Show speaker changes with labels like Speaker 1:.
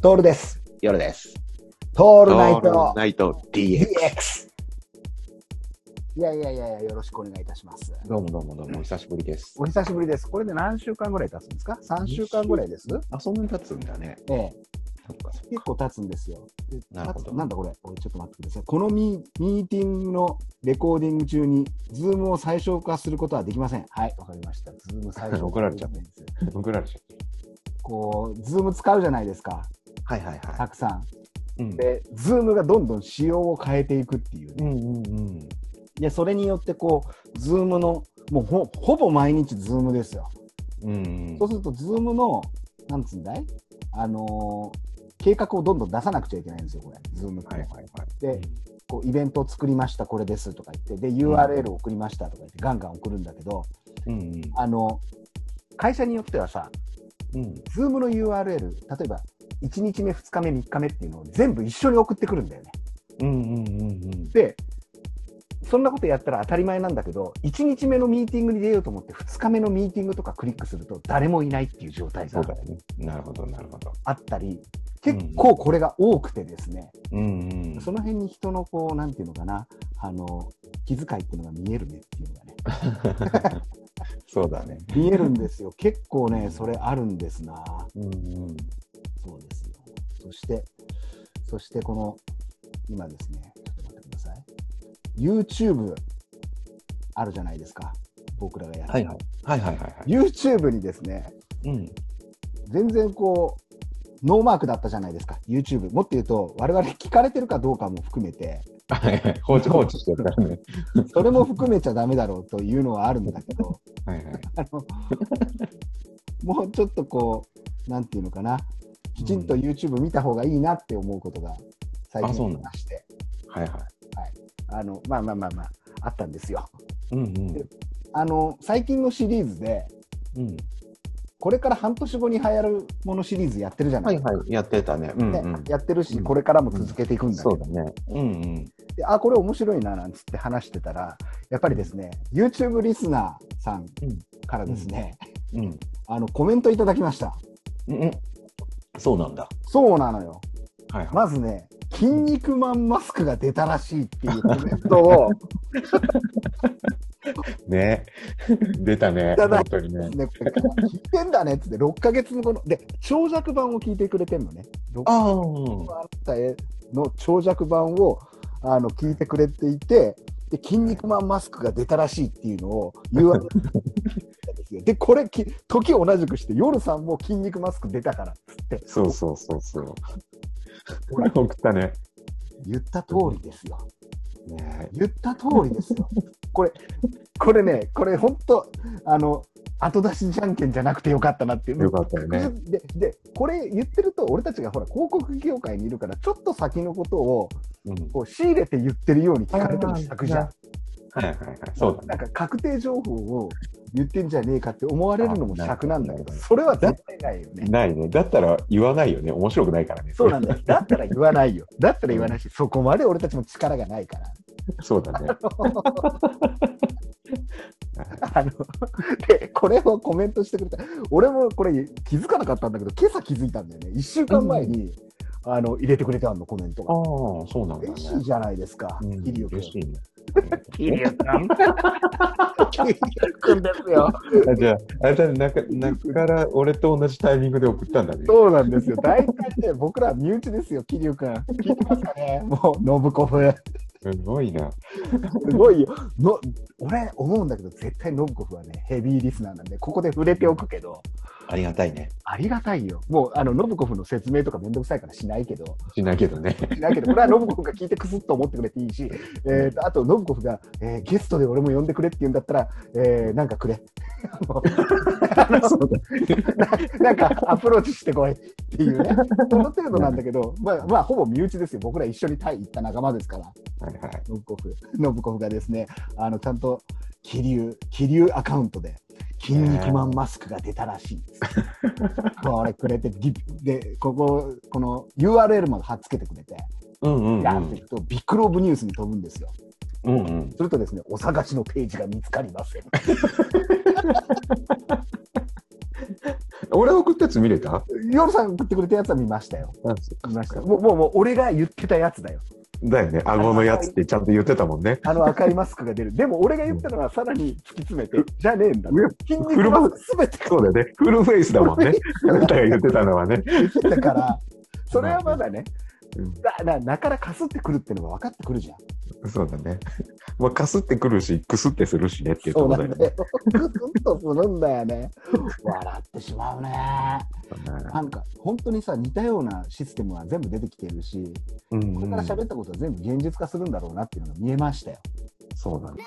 Speaker 1: トールです。
Speaker 2: 夜です。
Speaker 1: ト
Speaker 2: オ
Speaker 1: ールナイト
Speaker 2: ナイト
Speaker 1: DX。
Speaker 2: DX。
Speaker 1: いやいやいやいや、よろしくお願いいたします。
Speaker 2: どうもどうもどうも、お久しぶりです。
Speaker 1: お久しぶりです。これで何週間ぐらい経つんですか ?3 週間ぐらいです。
Speaker 2: あ、そんなに経つんだね。
Speaker 1: ええ、
Speaker 2: そっかそっか
Speaker 1: 結構経つんですよ。で
Speaker 2: なるほど
Speaker 1: 経つなんだこれこれちょっと待ってください。このミーミーティングのレコーディング中に、ズームを最小化することはできません。はい、わかりました。ズーム最小化。
Speaker 2: 怒られちゃう
Speaker 1: です。
Speaker 2: 僕らでしょ。
Speaker 1: こう、ズーム使うじゃないですか。
Speaker 2: はいはいは
Speaker 1: たくさん。
Speaker 2: い。うん
Speaker 1: で、ズームがどんどん仕様を変えていくっていうね。
Speaker 2: うんうん。
Speaker 1: で、それによってこう、ズームの、もうほほぼ毎日ズームですよ。
Speaker 2: うんうん
Speaker 1: そうすると、ズームの、なんつうんだいあのー計画をどんどん出さなくちゃいけないんですよ、これ。ズームって。
Speaker 2: はいはいはい。
Speaker 1: でこう、イベントを作りました、これですとか言って、で、URL を送りましたとか言って、ガンガン送るんだけど、
Speaker 2: うんうん
Speaker 1: あの、会社によってはさ、
Speaker 2: うん。
Speaker 1: ズームの URL、例えば、1日目、2日目、3日目っていうのを全部一緒に送ってくるんだよね。
Speaker 2: うんうんうんうん。
Speaker 1: で、そんなことやったら当たり前なんだけど、1日目のミーティングに出ようと思って、2日目のミーティングとかクリックすると、誰もいないっていう状態
Speaker 2: そ
Speaker 1: が
Speaker 2: うだよね。なるほどなるほど。
Speaker 1: あったり、
Speaker 2: うん
Speaker 1: 結構これが多くてですね、
Speaker 2: うんうん。
Speaker 1: その辺に人のこう、なんていうのかな、あの、気遣いっていうのが見えるねっていうのがね、
Speaker 2: そうだね。
Speaker 1: 見えるんですよ。結構ね、それあるんですな。
Speaker 2: うんうん。
Speaker 1: そうですよ。そして、そしてこの、今ですね、ちょっと待ってください。YouTube あるじゃないですか、僕らがやる。
Speaker 2: はいはい。はいはいはいは
Speaker 1: YouTube にですね、
Speaker 2: い。うん。
Speaker 1: 全然こう、ノーマークだったじゃないですか、YouTube。もっと言うと、我々聞かれてるかどうかも含めて、
Speaker 2: はいはい。放置放置してるからね。
Speaker 1: それも含めちゃダメだろうというのはあるんだけど、
Speaker 2: はいはい。
Speaker 1: あのもうちょっとこう、なんていうのかな、きちんと YouTube 見た方がいいなって思うことが最
Speaker 2: あそ
Speaker 1: 近
Speaker 2: う
Speaker 1: あ
Speaker 2: な
Speaker 1: り
Speaker 2: の
Speaker 1: まして、
Speaker 2: はいはい。
Speaker 1: あのまあまあまあまあ、あったんですよ。
Speaker 2: うんうん。
Speaker 1: あの最近のシリーズで、
Speaker 2: うん。
Speaker 1: これから半年後に流行るものシリーズやってるじゃな
Speaker 2: はいいはい。やってたね。うん
Speaker 1: ね
Speaker 2: うん。
Speaker 1: やってるし、
Speaker 2: うん
Speaker 1: これからも続けていくんだけど、
Speaker 2: そうだね。うんうん。
Speaker 1: であこれ面白いななんつって話してたらやっぱりですね YouTube リスナーさんからですね、
Speaker 2: うん。
Speaker 1: あのコメントいただきました
Speaker 2: うんうん、そうなんだ。
Speaker 1: そうなのよ
Speaker 2: はいはい。
Speaker 1: まずね「筋肉マンマスクが出たらしい」って いうコメントを
Speaker 2: ね。 出たね。
Speaker 1: いただ
Speaker 2: 本当にね。
Speaker 1: ね、これ聞いてんだねっつって6ヶ月後ので長尺版を聞いてくれてんのね6
Speaker 2: ああ。
Speaker 1: た絵の長尺版をあの聞いてくれていてで「筋肉マンマスクが出たらしい」っていうのを URL ですよでこれき時を同じくして夜さんも「筋肉マスク出たから」っつって
Speaker 2: そうそうそうそう。 これ送ったね。
Speaker 1: 言った通りですよ
Speaker 2: ね
Speaker 1: 言った通りですよこれこれねこれ本当あの後出しじゃんけんじゃなくてよかったなっていう
Speaker 2: よかったよね。
Speaker 1: ででこれ言ってると俺たちがほら広告業界にいるからちょっと先のことを
Speaker 2: うん。
Speaker 1: こう仕入れて言ってるように聞かれても尺じゃん。
Speaker 2: はいはいはい。そう
Speaker 1: な
Speaker 2: だ
Speaker 1: ん
Speaker 2: ね。
Speaker 1: か確定情報を言ってんじゃねえかって思われるのも尺なんだけど、
Speaker 2: あなるほど
Speaker 1: それは絶対ないよね。
Speaker 2: ないね。だったら言わないよね。面白くないからね。
Speaker 1: そうなんだよ。だったら言わないよ。だったら言わないし、そこまで俺たちも力がないから。
Speaker 2: そうだね。
Speaker 1: あので、これをコメントしてくれた。俺もこれ気づかなかったんだけど、今朝気づいたんだよね。1週間前に、あの入れてくれたの、コメント
Speaker 2: ああ
Speaker 1: が。、
Speaker 2: そうなんだ
Speaker 1: 嬉しい
Speaker 2: ね。
Speaker 1: じゃないですか、
Speaker 2: うん
Speaker 1: キリオ君。
Speaker 2: 嬉しいね。
Speaker 1: キリオ君ですよ。
Speaker 2: あじゃあ、あれだね、なんか、中から俺と同じタイミングで送ったんだね。
Speaker 1: そうなんですよ。大体ね、僕ら身内ですよ、桐生君。聞いてますかねもう、ノブコフ。
Speaker 2: すごいな。
Speaker 1: すごいよ。の俺、思うんだけど、絶対ノブコフはね、ヘビーリスナーなんで、ここで触れておくけど、
Speaker 2: ありがたいね。
Speaker 1: ありがたいよ。もう、あの、ノブコフの説明とかめんどくさいからしないけど、
Speaker 2: しないけどね。
Speaker 1: しないけど、これはノブコフが聞いてくすっと思ってくれていいし、えーと、あと、ノブコフが、えーゲストで俺も呼んでくれって言うんだったら、えーなんかくれ。あの
Speaker 2: そうだ
Speaker 1: ななんかアプローチしてこいっていうね、その程度なんだけど、まあ、まあ、ほぼ身内ですよ、僕ら一緒にタイ行った仲間ですから、
Speaker 2: はいはい。
Speaker 1: ノブコフ、ノブコフがですね、あのちゃんと気流、気流アカウントで、筋肉マンマスクが出たらしいです。これくれて、ギで、ここ、この URL まで貼っつけてくれて、
Speaker 2: うんうん、う
Speaker 1: やってい
Speaker 2: ん。
Speaker 1: くと、ビッグローブニュースに飛ぶんですよ。
Speaker 2: うんうん。
Speaker 1: するとですね、お探しのページが見つかりません。
Speaker 2: 俺送ったやつ見れた
Speaker 1: 夜さん送ってくれたやつは見ましたよ。見ました。もう、もう、もう俺が言ってたやつだよ。
Speaker 2: だよね、顎のやつってちゃんと言ってたもんね。
Speaker 1: あの赤いマスクが出る。でも俺が言ったのはさらに突き詰めて、じゃねえんだと
Speaker 2: いや。
Speaker 1: 筋肉マスクすべて
Speaker 2: そうだよね、フルフェイスだもんね。あなたが言ってたのはね。
Speaker 1: だ から、それはまだね
Speaker 2: うん、
Speaker 1: だななからかすってくるってのが分かってくるじゃん。
Speaker 2: そうだね。まあ、かすってくるし、くすってするしねっていうと
Speaker 1: そ
Speaker 2: こ
Speaker 1: うな
Speaker 2: ろだ
Speaker 1: ん
Speaker 2: よね。
Speaker 1: だよ。クスンとするんだよね。笑ってしまうね。なんか、本当にさ、似たようなシステムは全部出てきてるし、
Speaker 2: うん
Speaker 1: これから喋ったことは全部現実化するんだろうなっていうのが見えましたよ。
Speaker 2: そうだね。